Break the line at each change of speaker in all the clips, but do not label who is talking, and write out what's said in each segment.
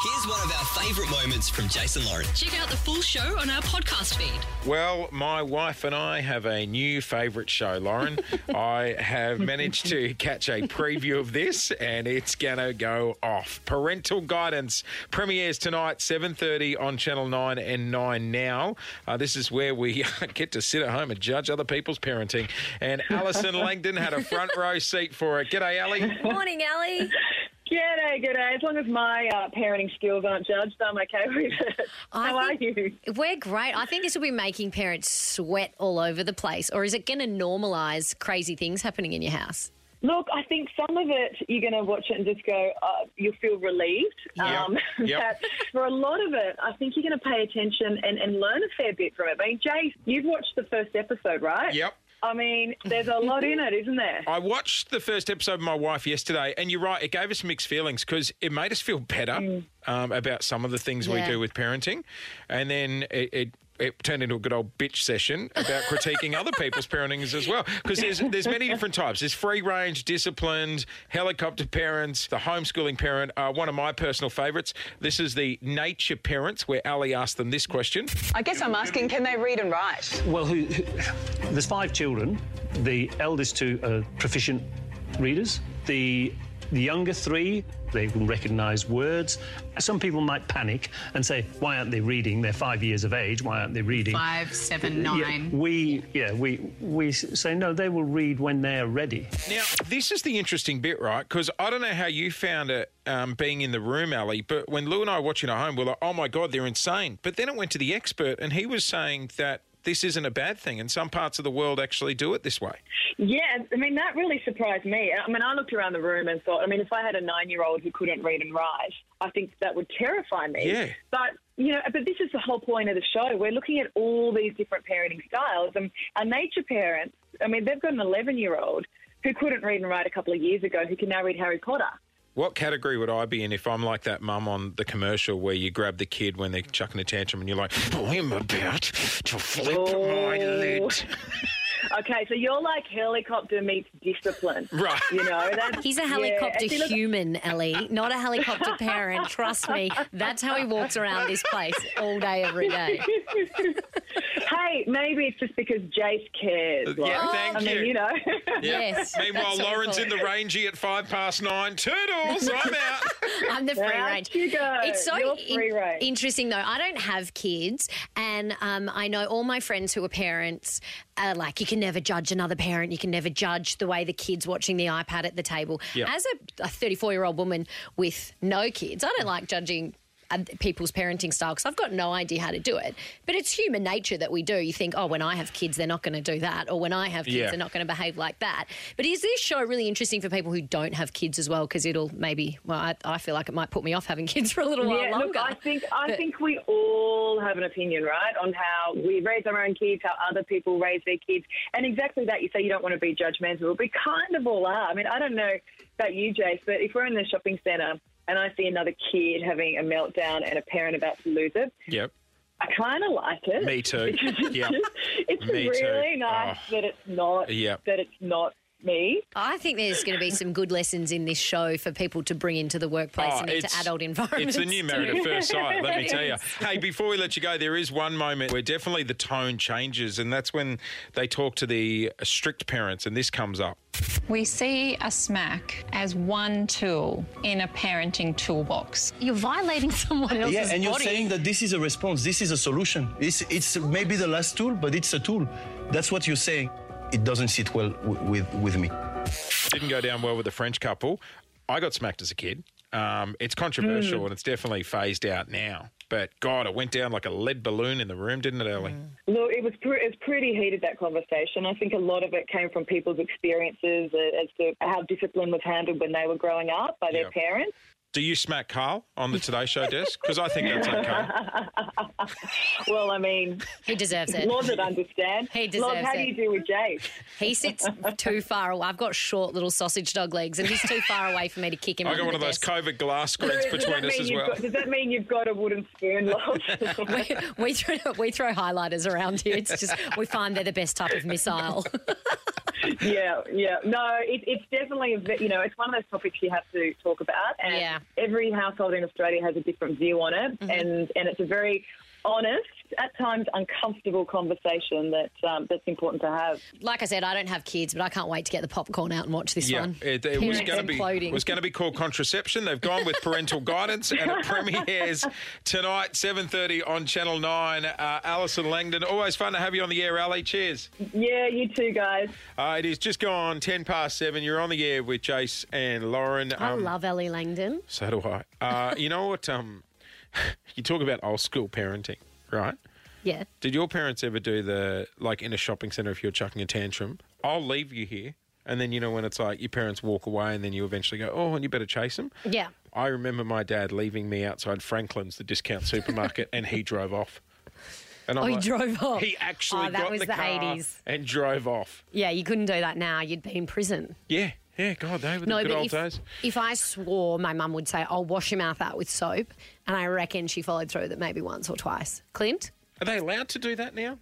Here's one of our favourite moments from Jason Lauren.
Check out the full show on our podcast feed.
Well, my wife and I have a new favourite show, Lauren. I have managed to catch a preview of this, and it's gonna go off. Parental Guidance premieres tonight, seven thirty on Channel Nine and Nine Now. Uh, this is where we get to sit at home and judge other people's parenting. And Alison Langdon had a front row seat for it. G'day, Ali.
Morning, Ali.
G'day, g'day. As long as my uh, parenting skills aren't judged, I'm okay with it.
I
How are
think-
you?
We're great. I think this will be making parents sweat all over the place, or is it going to normalise crazy things happening in your house?
Look, I think some of it you're going to watch it and just go, uh, you'll feel relieved.
Yep.
but for a lot of it, I think you're going to pay attention and, and learn a fair bit from it. I mean, Jace, you've watched the first episode, right?
Yep.
I mean, there's a lot in it, isn't there?
I watched the first episode of my wife yesterday, and you're right, it gave us mixed feelings because it made us feel better um, about some of the things
Yeah.
we do with parenting, and then it. it it turned into a good old bitch session about critiquing other people's parentings as well, because there's there's many different types. There's free range, disciplined, helicopter parents, the homeschooling parent. Uh, one of my personal favourites. This is the nature parents, where Ali asked them this question.
I guess I'm asking, can they read and write?
Well, who, who, there's five children. The eldest two are proficient readers. The the younger three, they can recognise words. Some people might panic and say, "Why aren't they reading? They're five years of age. Why aren't they reading?"
Five, seven,
Yeah,
nine.
we yeah we we s- say no. They will read when they are ready.
Now, this is the interesting bit, right? Because I don't know how you found it um, being in the room, Ali, but when Lou and I were watching at home, we are like, oh my God, they're insane. But then it went to the expert, and he was saying that this isn't a bad thing, and some parts of the world actually do it this way.
Yeah, I mean, that really surprised me. I mean, I looked around the room and thought, I mean, if I had a nine year old who couldn't read and write, I think that would terrify me.
Yeah.
But, you know, but this is the whole point of the show. We're looking at all these different parenting styles. And our nature parents, I mean, they've got an 11 year old who couldn't read and write a couple of years ago who can now read Harry Potter.
What category would I be in if I'm like that mum on the commercial where you grab the kid when they're chucking a tantrum and you're like, I'm about to flip my lid?
Okay, so you're like helicopter meets discipline.
Right.
You know, that's,
He's a
yeah,
helicopter
and see, look,
human, Ali, not a helicopter parent. Trust me, that's how he walks around this place all day, every day.
hey, maybe it's just because Jace cares.
Yeah,
Lauren.
thank
I mean,
you.
you know.
Yes.
Meanwhile,
that's what I
Lauren's in the
thought.
rangy at five past nine. Turtles, I'm out.
I'm the free
Out
range.
you go.
It's so
You're
in-
free range.
interesting, though. I don't have kids, and um, I know all my friends who are parents are like, you can never judge another parent. You can never judge the way the kid's watching the iPad at the table.
Yeah.
As a 34 year old woman with no kids, I don't like judging. oth- People's parenting style because I've got no idea how to do it, but it's human nature that we do. You think, oh, when I have kids, they're not going to do that, or when I have kids,
Yeah.
they're not going to behave like that. But is this show really interesting for people who don't have kids as well? Because it'll maybe, well, I, I feel like it might put me off having kids for a little
yeah,
while
Look,
longer.
I think I
But-
think we all have an opinion, right, on how we raise our own kids, how other people raise their kids, and exactly that. You say you don't want to be judgmental. We kind of all are. I mean, I don't know about you, Jace, but if we're in the shopping centre and I see another kid having a meltdown and a parent about to lose it,
Yep.
I kind of like it.
Me too. Yeah.
It's
Me too.
really nice
Oh.
that it's not
Yeah.
that it's not me.
I think there's going to be some good lessons in this show for people to bring into the workplace
Oh,
and into
it's-
adult environments.
It's the new married at first sight, let me tell you. Hey, before we let you go, there is one moment where definitely the tone changes, and that's when they talk to the strict parents, and this comes up.
We see a smack as one tool in a parenting toolbox.
You're violating someone else's
Yeah, and you're
body.
saying that this is a response, this is a solution. It's, it's maybe the last tool, but it's a tool. That's what you're saying. It doesn't sit well w- with, with me.
Didn't go down well with the French couple. I got smacked as a kid. Um, it's controversial,
Mm.
and it's definitely phased out now. But God, it went down like a lead balloon in the room, didn't it, Ellie?
Look, it was pre- it was pretty heated that conversation. I think a lot of it came from people's experiences uh, as to how discipline was handled when they were growing up by their
Yeah.
parents.
Do you smack Carl on the Today Show desk? Because I think that's okay.
Well, I mean,
He deserves it.
Lord would understand.
He
Lord,
deserves
how
it.
do you deal with Jake?
He sits too far away. I've got short little sausage dog legs, and he's too far away for me to kick him.
I got
under
one of
the
those
desk.
COVID glass screens
does, that
between us
mean
as
you've
well.
got, does that mean you've got a wooden spoon, Lord?
we, we throw we throw highlighters around here. It's just we find they're the best type of missile.
yeah, yeah. No, it, it's definitely, a ve- you know, it's one of those topics you have to talk about. And
Yeah.
every household in Australia has a different view on it. And, and it's a very honest, at times uncomfortable conversation that um, that's important to have.
Like I said, I don't have kids, but I can't wait to get the popcorn out and watch this
Yeah,
one.
it, it was
Parents
going to be
imploding.
it was going to be called contraception. They've gone with parental guidance, and it premieres tonight, seven thirty on Channel Nine. Uh, Alison Langdon, always fun to have you on the air, Ali. Cheers.
Yeah, you too, guys.
Uh, it is just gone ten past seven. You're on the air with Jace and Lauren.
I
Um,
love Ellie Langdon.
So do I. Uh, you know what? Um, you talk about old school parenting, right?
Yeah.
Did your parents ever do the like in a shopping center if you're chucking a tantrum? I'll leave you here, and then you know when it's like your parents walk away, and then you eventually go, oh, and you better chase them.
Yeah.
I remember my dad leaving me outside Franklin's, the discount supermarket, and he drove off. And I'm
Oh, he drove off.
He actually
Oh, that
got
was
in the,
the
car
80s.
and drove off.
Yeah, you couldn't do that now. You'd be in prison.
Yeah, yeah. God, they were
No,
the good
but
old
if,
days.
if I swore, my mum would say, I'll wash your mouth out with soap. And I reckon she followed through that maybe once or twice. Clint?
Are they allowed to do that now?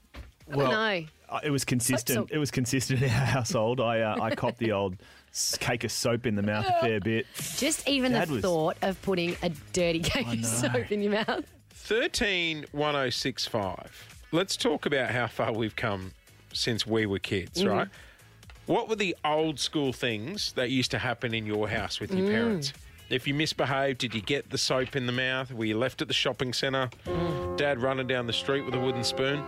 Well,
No.
I- it was consistent.
Soap, soap.
It was consistent in our household. I uh, I copped the old s- cake of soap in the mouth a fair bit.
Just even
Dad
the
was-
thought of putting a dirty cake of soap in your mouth.
Thirteen one oh six five. Let's talk about how far we've come since we were kids, right? What were the old school things that used to happen in your house with your parents? If you misbehaved, did you get the soap in the mouth? Were you left at the shopping centre? Dad running down the street with a wooden spoon?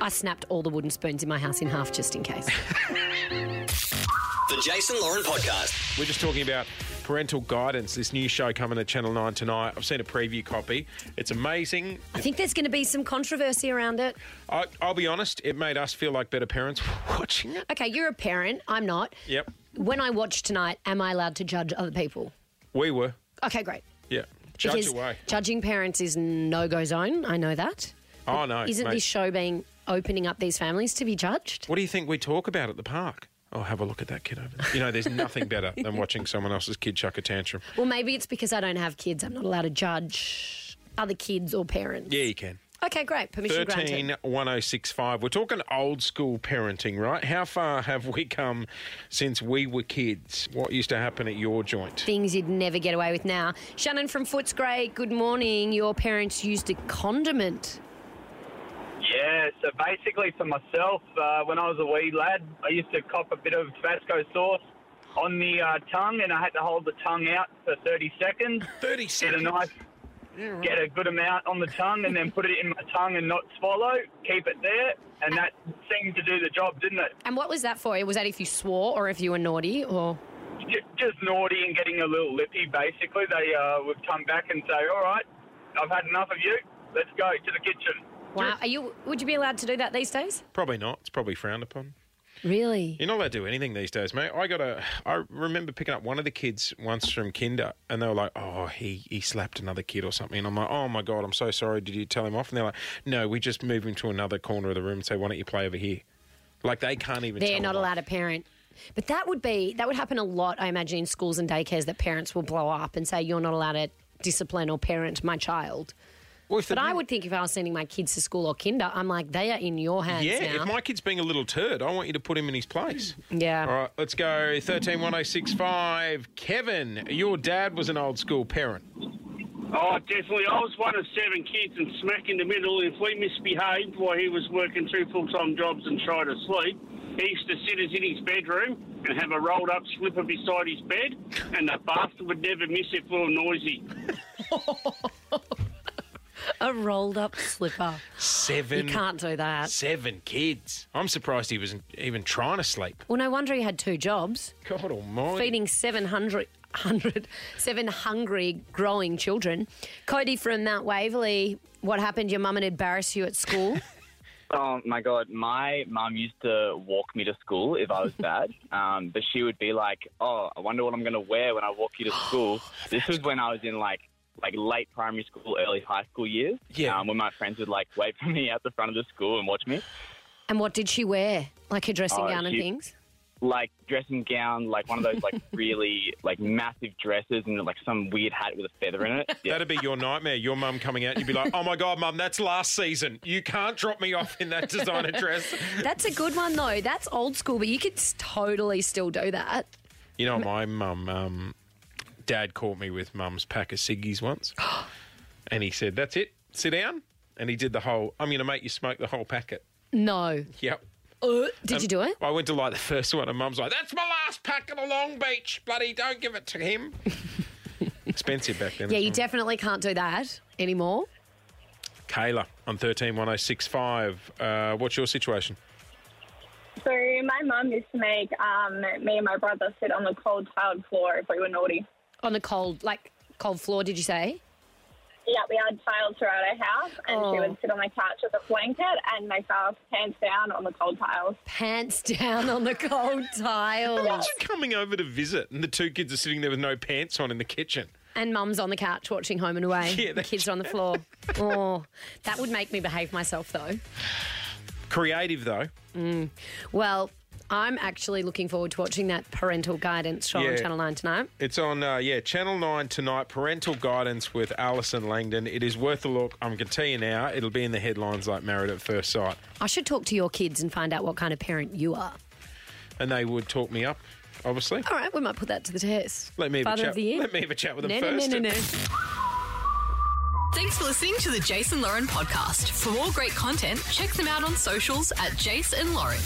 I snapped all the wooden spoons in my house in half just in case.
The Jason Lauren Podcast.
We're just talking about parental guidance. This new show coming to Channel 9 tonight. I've seen a preview copy. It's amazing.
I think there's going to be some controversy around it.
I, I'll be honest, it made us feel like better parents watching it.
Okay, you're a parent. I'm not.
Yep.
When I watch tonight, am I allowed to judge other people?
We were.
Okay, great.
Yeah. Judge
because
away.
judging parents is no go zone. I know that.
Oh, no.
Isn't
mate.
this show being opening up these families to be judged?
What do you think we talk about at the park? Oh, have a look at that kid over there. You know, there's nothing better than watching someone else's kid chuck a tantrum.
Well, maybe it's because I don't have kids. I'm not allowed to judge other kids or parents.
Yeah, you can.
Okay, great. Permission granted.
13 1065. We're talking old school parenting, right? How far have we come since we were kids? What used to happen at your joint?
Things you'd never get away with now. Shannon from Footscray, good morning. Your parents used a condiment.
Yeah, so basically for myself, uh, when I was a wee lad, I used to cop a bit of Tabasco sauce on the uh, tongue, and I had to hold the tongue out for 30 seconds.
30
Get a
seconds.
nice, get a good amount on the tongue, and then put it in my tongue and not swallow. Keep it there, and that seemed to do the job, didn't it?
And what was that for? Was that if you swore or if you were naughty or?
J- Just naughty and getting a little lippy. Basically, they uh, would come back and say, "All right, I've had enough of you. Let's go to the kitchen."
Wow, are you? Would you be allowed to do that these days?
Probably not. It's probably frowned upon.
Really?
You're not allowed to do anything these days, mate. I got a. I remember picking up one of the kids once from Kinder, and they were like, "Oh, he he slapped another kid or something." And I'm like, "Oh my god, I'm so sorry. Did you tell him off?" And they're like, "No, we just moved him to another corner of the room and say, why don't you play over here?" Like they can't even.
They're
tell
not
him off.
allowed to parent. But that would be that would happen a lot, I imagine, in schools and daycares that parents will blow up and say, "You're not allowed to discipline or parent my child."
Well, if
But
the-
I would think if I was sending my kids to school or kinder, I'm like, they are in your hands
Yeah,
now.
if my kid's being a little turd, I want you to put him in his place.
Yeah.
All right, let's go. Thirteen one zero six five. Kevin, your dad was an old school parent.
Oh, definitely. I was one of seven kids and smack in the middle. If we misbehaved while he was working two full time jobs and tried to sleep, he used to sit us in his bedroom and have a rolled up slipper beside his bed, and the bastard would never miss if we were noisy.
A rolled up slipper. you
Seven.
can't do that.
Seven kids. I'm surprised he wasn't even trying to sleep.
Well, no wonder he had two jobs,
God Almighty.
feeding 700, 100 seven hungry, growing children. Cody from Mount Waverley, what happened? Your mum would embarrass you at school.
Oh my god, my mum used to walk me to school if I was bad, um, but she would be like, "Oh, I wonder what I'm going to wear when I walk you to school." this was when I was in like like late primary school, early high school years.
Yeah.
Um, when my friends would like wait for me out the front of the school and watch me.
and what did she wear? Like her dressing
Uh,
Oh,
gown and
she-
things?
like dressing gown, like one of those like really like massive dresses and like some weird hat with a feather in it. Yeah.
That'd be your nightmare. Your mum coming out, you'd be like, "Oh my god, mum, that's last season. You can't drop me off in that designer dress."
That's a good one though. That's old school, but you could s- totally still do that.
You know, my mum, um, dad caught me with mum's pack of ciggies once, and he said, "That's it, sit down." And he did the whole, "I'm going to make you smoke the whole packet."
No.
Yep.
Uh, did you do it?
I went to like the first one, and Mum's like, "That's my last packet of Long Beach, bloody don't give it to him." Expensive back then.
Yeah,
as
you
well.
definitely can't do that anymore.
Kayla on thirteen one zero six five. Uh, what's your situation?
So my mum used to make um, me and my brother sit on the cold tiled floor if we were naughty.
On the cold, like cold floor, did you say?
Yeah, we had tiles throughout our house, and she
Oh.
would sit on the couch with a blanket and make us pants down on the cold tiles.
Pants down on the cold tiles.
Imagine coming over to visit, and the two kids are sitting there with no pants on in the kitchen.
And mum's on the couch watching Home and Away.
Yeah,
the kids are on the floor. oh, that would make me behave myself though.
Creative though.
Mm. Well, I'm actually looking forward to watching that parental guidance show on
Yeah.
Channel 9 tonight.
It's on, uh, yeah, Channel 9 tonight, Parental Guidance with Alison Langdon. It is worth a look. I'm going to tell you now, it'll be in the headlines like Married at First Sight.
I should talk to your kids and find out what kind of parent you are.
And they would talk me up, obviously.
All right, we might put that to the test.
Let me have a
Father
chat-
of the year.
let me have a chat with them
no,
first.
No, no, no, no.
Thanks for listening to the Jason Lauren podcast. For more great content, check them out on socials at Jason Lauren.